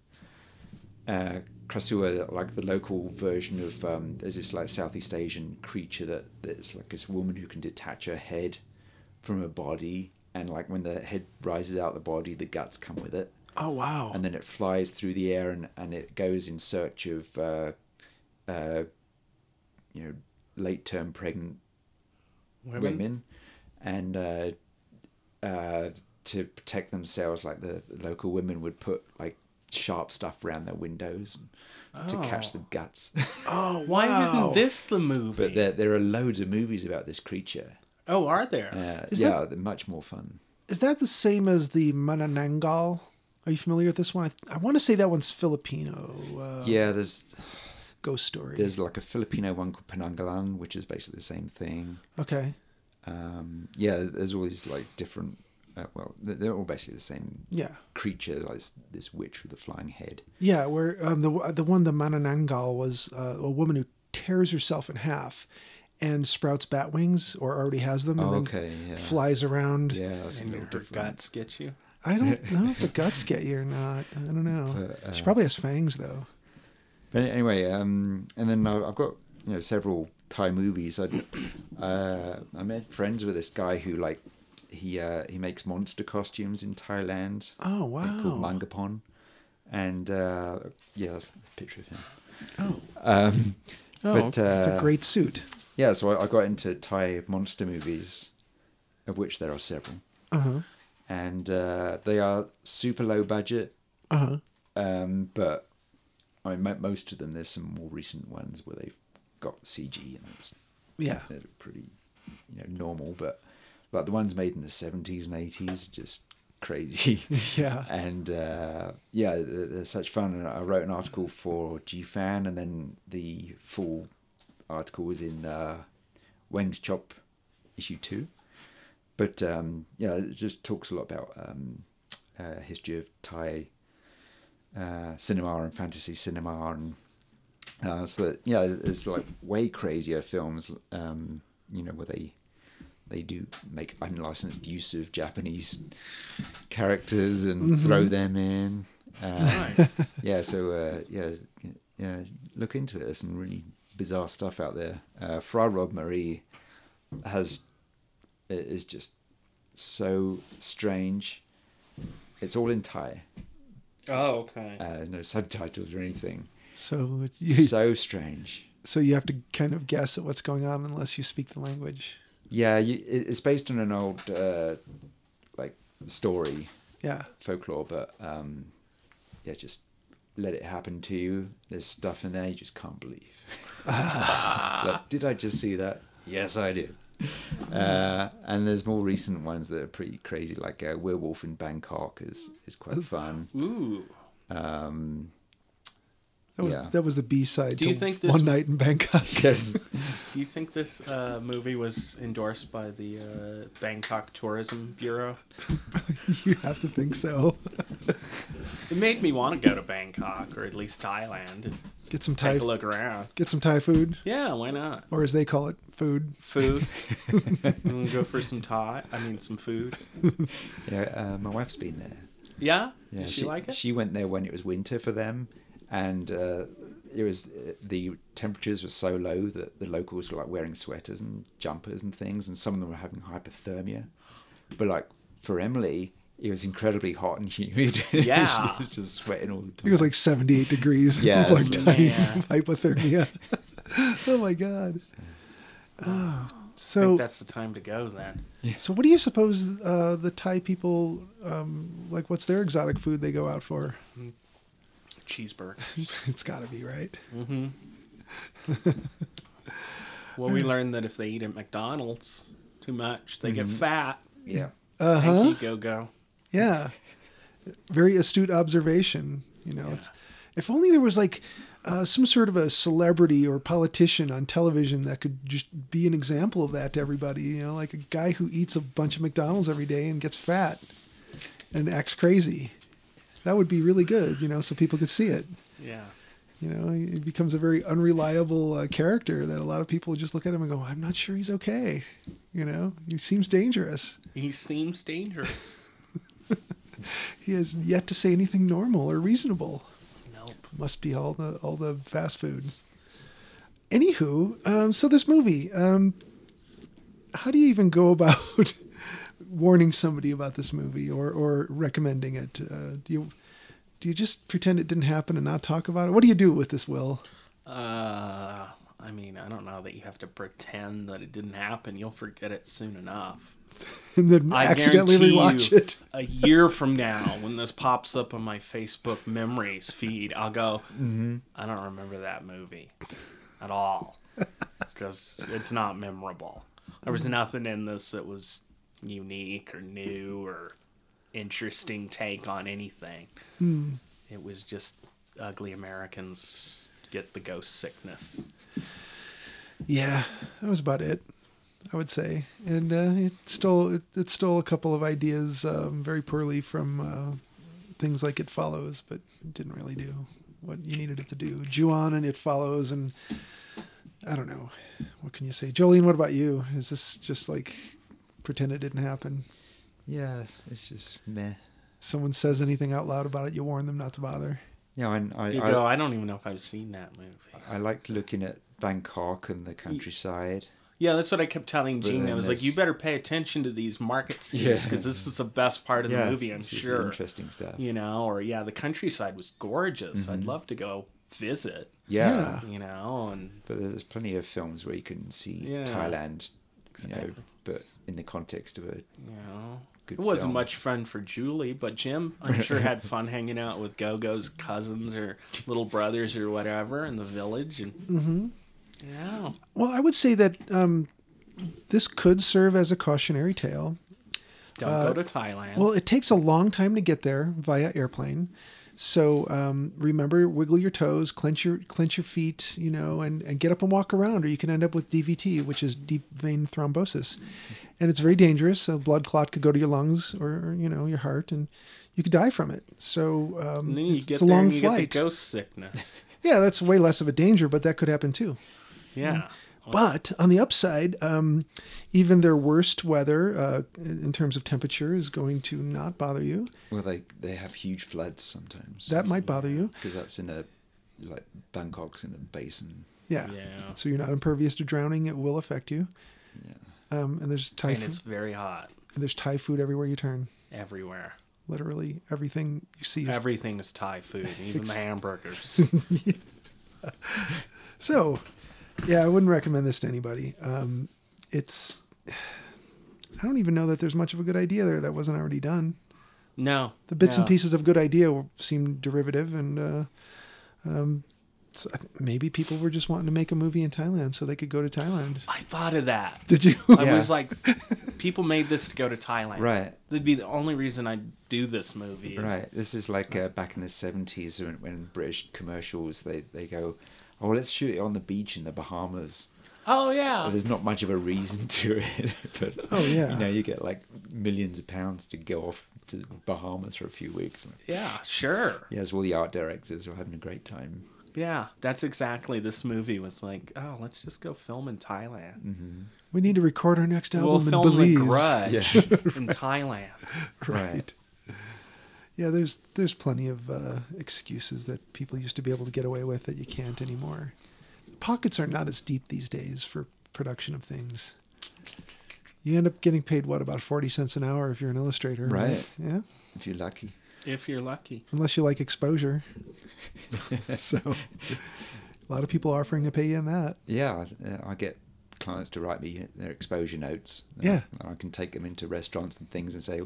Uh, Krasua, like the local version of um, there's this like Southeast Asian creature that that's like this woman who can detach her head from her body, and like when the head rises out of the body, the guts come with it Oh wow, and then it flies through the air and, and it goes in search of uh, uh, you know late term pregnant women, and uh, uh, to protect themselves like the, the local women would put like sharp stuff around their windows to catch the guts Oh, why wow. isn't this the movie? but there, there are loads of movies about this creature oh, are there? uh, Is yeah that- they're much more fun Is that the same as the Mananangal? Are you familiar with this one? I, I want to say that one's Filipino uh, yeah there's ghost story. there's like a filipino one called penangalan which is basically the same thing okay, um, yeah, there's all these like different. Uh, well, th- they're all basically the same yeah, creature, like this, this witch with a flying head. yeah. Where um, the the one the Mananangal was uh, a woman who tears herself in half and sprouts bat wings or already has them and Oh, then okay, yeah. flies around. Yeah, that's a and little your different. guts get you. I don't I don't know if the guts get you or not. I don't know. But, uh, she probably has fangs though. But anyway, um, and then I- I've got you know several Thai movies. I uh, I made friends with this guy who like he uh, he makes monster costumes in Thailand. Oh They're Called wow. Mangapon, and uh, yeah, that's a picture of him. Oh, Um, but uh, it's a great suit. Yeah, so I, I got into Thai monster movies, of which there are several, Uh huh. and uh, they are super low budget, Uh huh. um, but I mean, mo- most of them. There's some more recent ones where they've got CG and it's Yeah. they're pretty, you know, normal. But like the ones made in the 70s and 80s, just crazy. Yeah. and uh, yeah, they're, they're such fun. And I wrote an article for GFan, and then the full article was in uh, Wang's Chop issue two. But um, yeah, it just talks a lot about um, uh, history of Thai uh, cinema and fantasy cinema, and uh, so that, yeah, it's like way crazier films. Um, you know where they they do make unlicensed use of Japanese characters and throw them in. Uh, yeah, so uh, yeah, yeah, look into it. There's some really bizarre stuff out there. Uh, Fra Rob Marie has is just so strange. It's all in Thai, Oh, okay. uh, no subtitles or anything. So you, so, So strange. you have to kind of guess at what's going on unless you speak the language. Yeah, you, it- it's based on an old uh, like story Yeah. folklore, but um, yeah, just let it happen to you. There's stuff in there you just can't believe. Like, did I just see that? Yes, I did. Uh, and there's more recent ones that are pretty crazy, like uh, Werewolf in Bangkok is is quite fun. Ooh. Um, That was Yeah. that was the B side. Do you think this- one night in Bangkok? yes, Do you think this uh, movie was endorsed by the uh, Bangkok Tourism Bureau? you have to think so. It made me want to go to Bangkok or at least Thailand and Get some take Thai. a look around. Get some Thai food, Yeah, why not? or as they call it, food. Food. Mm, go for some Thai. I mean, some food. yeah, uh, my wife's been there. Yeah. Yeah, Did she, like it? She went there when it was winter for them, and uh, it was uh, the temperatures were so low that the locals were like wearing sweaters and jumpers and things, and some of them were having hypothermia. But like for Emily, it was incredibly hot and humid. Yeah. she was just sweating all the I think time. it was like 78 degrees. Yeah, of, like it's- Thai Yeah. hypothermia. oh my god. Oh, I think so that's the time to go then. so what do you suppose uh, the Thai people um, like? What's their exotic food they go out for? Cheeseburger. it's got to be right. Well, we learned that if they eat at McDonald's too much, they get fat. yeah. Uh huh. Thank you, go go. Yeah. Very astute observation. You know, it's if only there was like uh, some sort of a celebrity or politician on television that could just be an example of that to everybody. You know, like a guy who eats a bunch of McDonald's every day and gets fat and acts crazy. That would be really good, you know, so people could see it. Yeah. You know, he becomes a very unreliable uh, character that a lot of people just look at him and go, I'm not sure he's okay. You know, he seems dangerous. He seems dangerous. He has yet to say anything normal or reasonable. nope. Must be all the all the fast food. Anywho, um, so this movie, um, how do you even go about warning somebody about this movie or or recommending it? Uh, do you do you just pretend it didn't happen and not talk about it? What do you do with this, Will? Uh, I mean, I don't know that you have to pretend that it didn't happen. You'll forget it soon enough. And then I accidentally guarantee rewatch you, it? a year from now, when this pops up on my Facebook memories feed, I'll go, Mm-hmm. I don't remember that movie at all because it's not memorable. There was nothing in this that was unique or new or interesting take on anything. Hmm. It was just ugly Americans get the ghost sickness. Yeah, that was about it. I would say, and uh, it stole it, it stole a couple of ideas um, very poorly from uh, things like It Follows, but it didn't really do what you needed it to do. Juon and It Follows, and I don't know what can you say, Jolene. What about you? Is this just like pretend it didn't happen? Yeah, it's just meh. Someone says anything out loud about it, you warn them not to bother. Yeah, and I, You I, go, I don't even know if I've seen that movie. I liked looking at Bangkok and the countryside. Yeah, that's what I kept telling But Gene. I then was like, there's- you better pay attention to these market scenes Yeah. because this is the best part of the movie, I'm this is the sure. Interesting stuff. Mm-hmm. You know, or yeah, the countryside was gorgeous. I'd love to go visit, Yeah. yeah. you know, and But there's plenty of films where you can see Yeah. Thailand, you know, but in the context of a Yeah. Good it wasn't film. much fun for Julie, but Jim, I'm sure, had fun hanging out with Gogo's cousins or little brothers or whatever in the village. And Mm-hmm. yeah, Well, I would say that um, this could serve as a cautionary tale. don't Uh, go to Thailand. Well, it takes a long time to get there via airplane. So um, remember, wiggle your toes, clench your clench your feet, you know, and, and get up and walk around, or you can end up with DVT, which is deep vein thrombosis, and it's very dangerous. A blood clot could go to your lungs or, or, you know your heart, and you could die from it. So um, and then you it's, get it's a there long and you flight. get the ghost sickness. Yeah, that's way less of a danger, but that could happen too. Yeah. But on the upside, um, even their worst weather uh, in terms of temperature is going to not bother you. well, they they have huge floods sometimes. That might bother you. because that's in a like Bangkok's in a basin. Yeah. Yeah. So you're not impervious to drowning. It will affect you. Yeah. Um, and there's Thai And food. it's very hot There's Thai food everywhere you turn. everywhere. Literally everything you see. Is... Everything is Thai food, even the hamburgers. So, yeah, I wouldn't recommend this to anybody. Um, it's. I don't even know that there's much of a good idea there that wasn't already done. No. the bits and no. pieces of good idea seemed derivative and uh, um, so I think maybe people were just wanting to make a movie in thailand so they could go to thailand I thought of that. did you I Yeah. was like, people made this to go to Thailand. Right. That'd be the only reason I'd do this movie. is- Right. This is like uh, back in the seventies when, when British commercials they they go, oh, let's shoot it on the beach in the Bahamas. Oh, Well, yeah. there's not much of a reason to it, but Oh, yeah. you know you get like millions of pounds to go off to the Bahamas for a few weeks. Like, Yeah, sure. Yes, all the art directors are having a great time. Yeah, that's exactly this movie was like, oh, let's just go film in Thailand. we need to record our next album We'll Mm-hmm. in film The belize Grudge Yeah. in Thailand. Right. yeah there's there's plenty of uh, excuses that people used to be able to get away with that you can't anymore the pockets are not as deep these days for production of things you end up getting paid what about 40 cents an hour if you're an illustrator Right. yeah If you're lucky. If you're lucky. unless you like exposure. so, a lot of people offering to pay you in that. Yeah, I, uh, I get clients to write me their exposure notes. and Yeah. I- and I can take them into restaurants and things and say,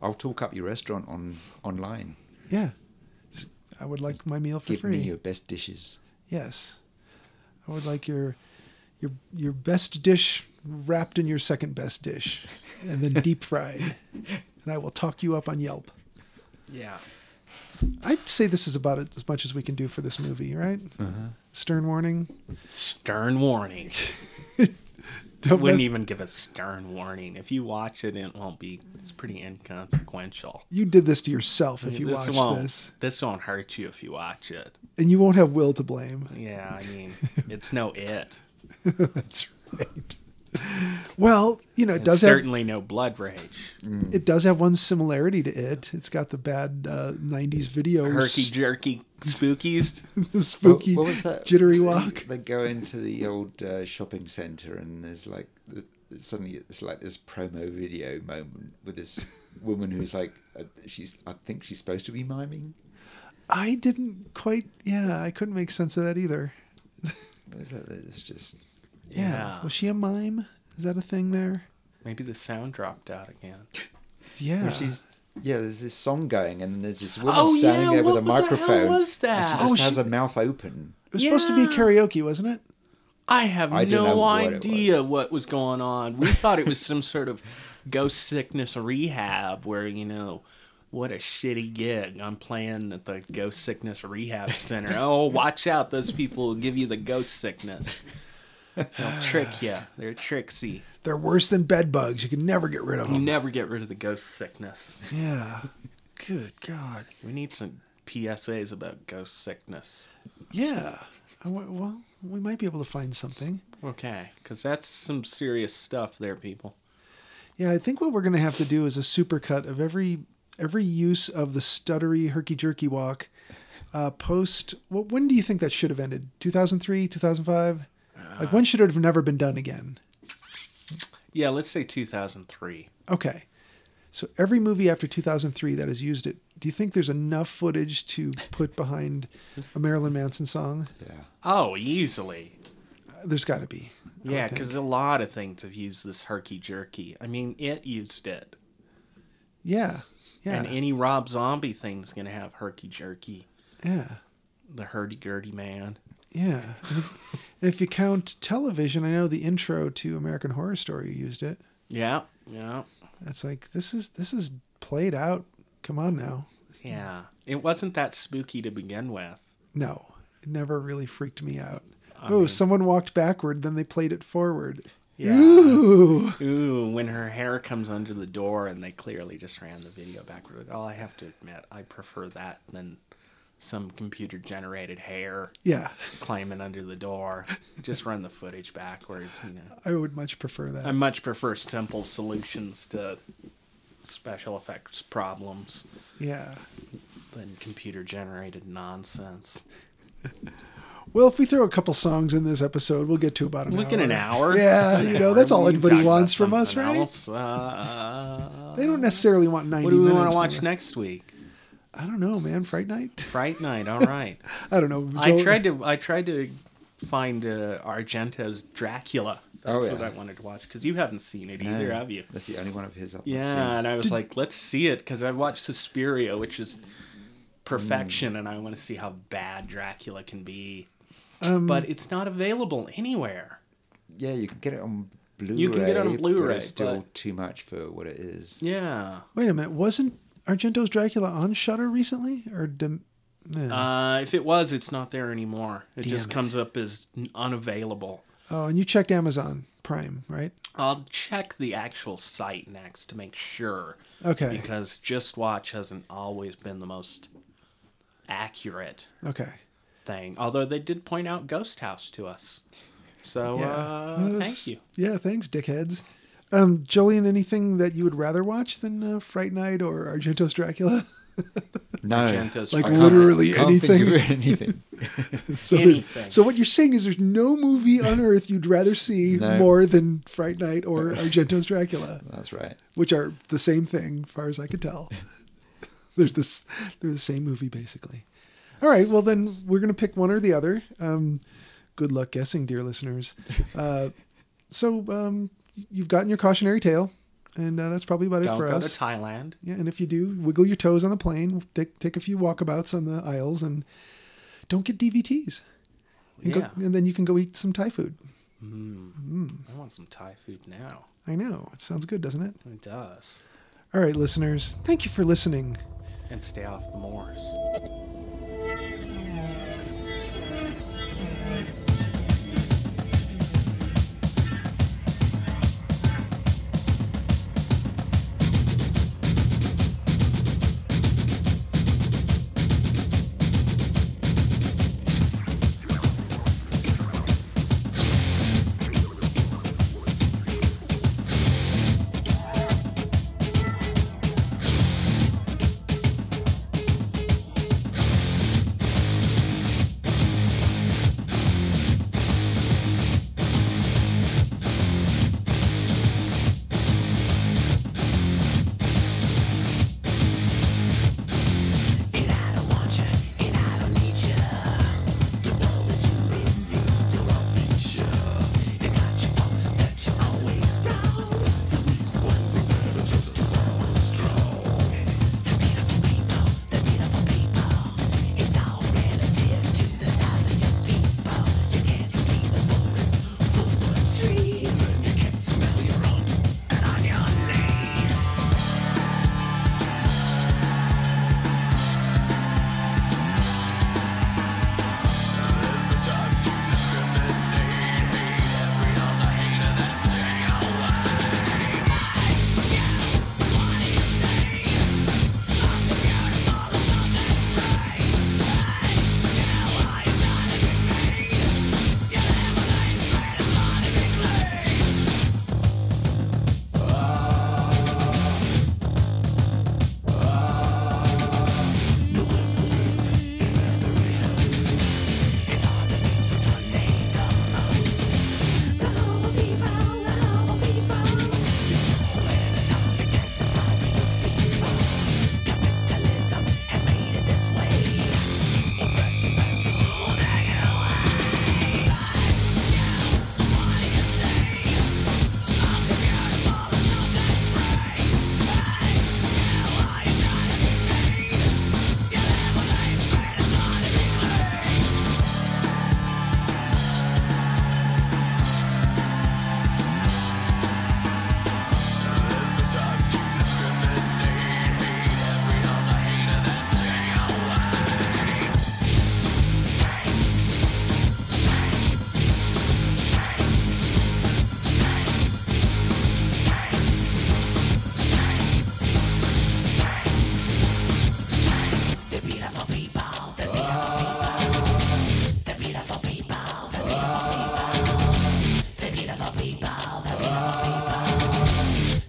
I'll talk up your restaurant on online. Yeah, Just, I would like my meal for Give free. me your best dishes. Yes, I would like your your your best dish wrapped in your second best dish, and then deep fried. And I will talk you up on Yelp. Yeah. I'd say this is about as much as we can do for this movie, right? Stern warning. Stern warning. Don't mess- Wouldn't even give a stern warning. If you watch it, it won't be, it's pretty inconsequential. you did this to yourself if you this watched won't, this, This won't hurt you if you watch it. and you won't have will to blame. Yeah, I mean, it's no it. That's right. Well, you know, it does have Certainly no blood rage. it does have one similarity to it. It's got the bad uh, '90s video Herky s- jerky spookies. spooky, What- what was that? jittery They- walk. They go into the old uh, shopping centre and there's like suddenly it's like this promo video moment with this woman who's like uh, she's I think she's supposed to be miming. I didn't quite. Yeah, I couldn't make sense of that either. What is that? It's just Yeah. Yeah. was she a mime? Is that a thing there? Maybe the sound dropped out again. Yeah, Well, she's yeah. There's this song going, and then there's this woman Oh, standing yeah, there with what a the hell microphone. was that? And she Oh, just has she- her mouth open. it was supposed to be Yeah. karaoke, wasn't it? I have I don't no know what it idea was. what was going on. We thought it was some sort of ghost sickness rehab where, you know, what a shitty gig. I'm playing at the ghost sickness rehab center. oh, watch out. Those people will give you the ghost sickness. They'll trick you. They're tricksy. They're worse than bed bugs. You can never get rid of You them. never get rid of the ghost sickness. yeah. Good God. We need some PSAs about ghost sickness. Yeah. I wa- well, we might be able to find something. Okay, because that's some serious stuff there, people. Yeah, I think what we're going to have to do is a supercut of every every use of the stuttery herky jerky walk. Uh, post what? When do you think that should have ended? Two thousand three, two thousand five. Like Uh, when should it have never been done again? Yeah, let's say 2003. Okay, so every movie after two thousand three that has used it. Do you think there's enough footage to put behind a Marilyn Manson song? Yeah. Oh, easily. Uh, There's got to be. would Yeah, think. because a lot of things have used this herky jerky. I mean, it used it, Yeah. Yeah. and any Rob Zombie thing's gonna have herky jerky, yeah. the hurdy gurdy man. Yeah. And if- and if you count television, I know the intro to American Horror Story used it. Yeah, yeah, It's like this is this is played out. Come on now. yeah. It wasn't that spooky to begin with. No, it never really freaked me out. oh, someone walked backward, then they played it forward. Yeah. Ooh. Ooh, when her hair comes under the door, and they clearly just ran the video backward. Oh, I have to admit, I prefer that than some computer generated hair Yeah, climbing under the door. Just run the footage backwards, you know. I would much prefer that. I much prefer simple solutions to special effects problems yeah. than computer generated nonsense. Well, if we throw a couple songs in this episode, we'll get to about an Look at hour. an hour. Yeah, An you know, hour. that's all We can anybody talk about wants from us, something right? else. Uh, They don't necessarily want 90 what do we minutes. want to from watch us. next week? I don't know, man. Fright Night? Fright Night. All right. I don't know. I Joel- tried to I tried to find uh, Argento's Dracula. That's Oh, yeah. what I wanted to watch because you haven't seen it either, No, have you? That's the only one of his I've not Yeah, seen. and I was like, let's see it because I watched Suspiria, which is Hmm. perfection, and I want to see how bad Dracula can be. Um, but it's not available anywhere. Yeah, you can get it on Blu-ray. You can get it on but Blu-ray, it's still but- too much for what it is. Yeah. Wait a minute. Wasn't Argento's Dracula on Shutter recently? Or. Dim- eh. Uh, if it was, it's not there anymore. It just it. comes up as n- unavailable. oh, and you checked Amazon Prime, right? I'll check the actual site next to make sure. Okay. Because Just Watch hasn't always been the most accurate Okay. thing. Although they did point out Ghost House to us. So Yeah. uh, Well, thank that's- you. Yeah, thanks, dickheads. Um, Jolien, anything that you would rather watch than uh, Fright Night or Argento's Dracula? No, Argento's Like Fright Night. literally can't think anything. of anything. So, Anything. so what you're saying is there's no movie on earth you'd rather see No. more than Fright Night or Argento's Dracula, That's right. which are the same thing, far as I could tell. there's this, they're the same movie basically. All right, well then we're gonna pick one or the other. Um, good luck guessing, dear listeners. Uh, so um, you've gotten your cautionary tale, and uh, that's probably about it Don't for go us. to Thailand. Yeah, and if you do, wiggle your toes on the plane, take, take a few walkabouts on the aisles, and don't get DVTs. And, Yeah. go, and then you can go eat some Thai food. I want some Thai food now. I know. It sounds good, doesn't it? It does. All right, listeners, thank you for listening. And stay off the moors.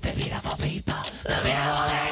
of the building.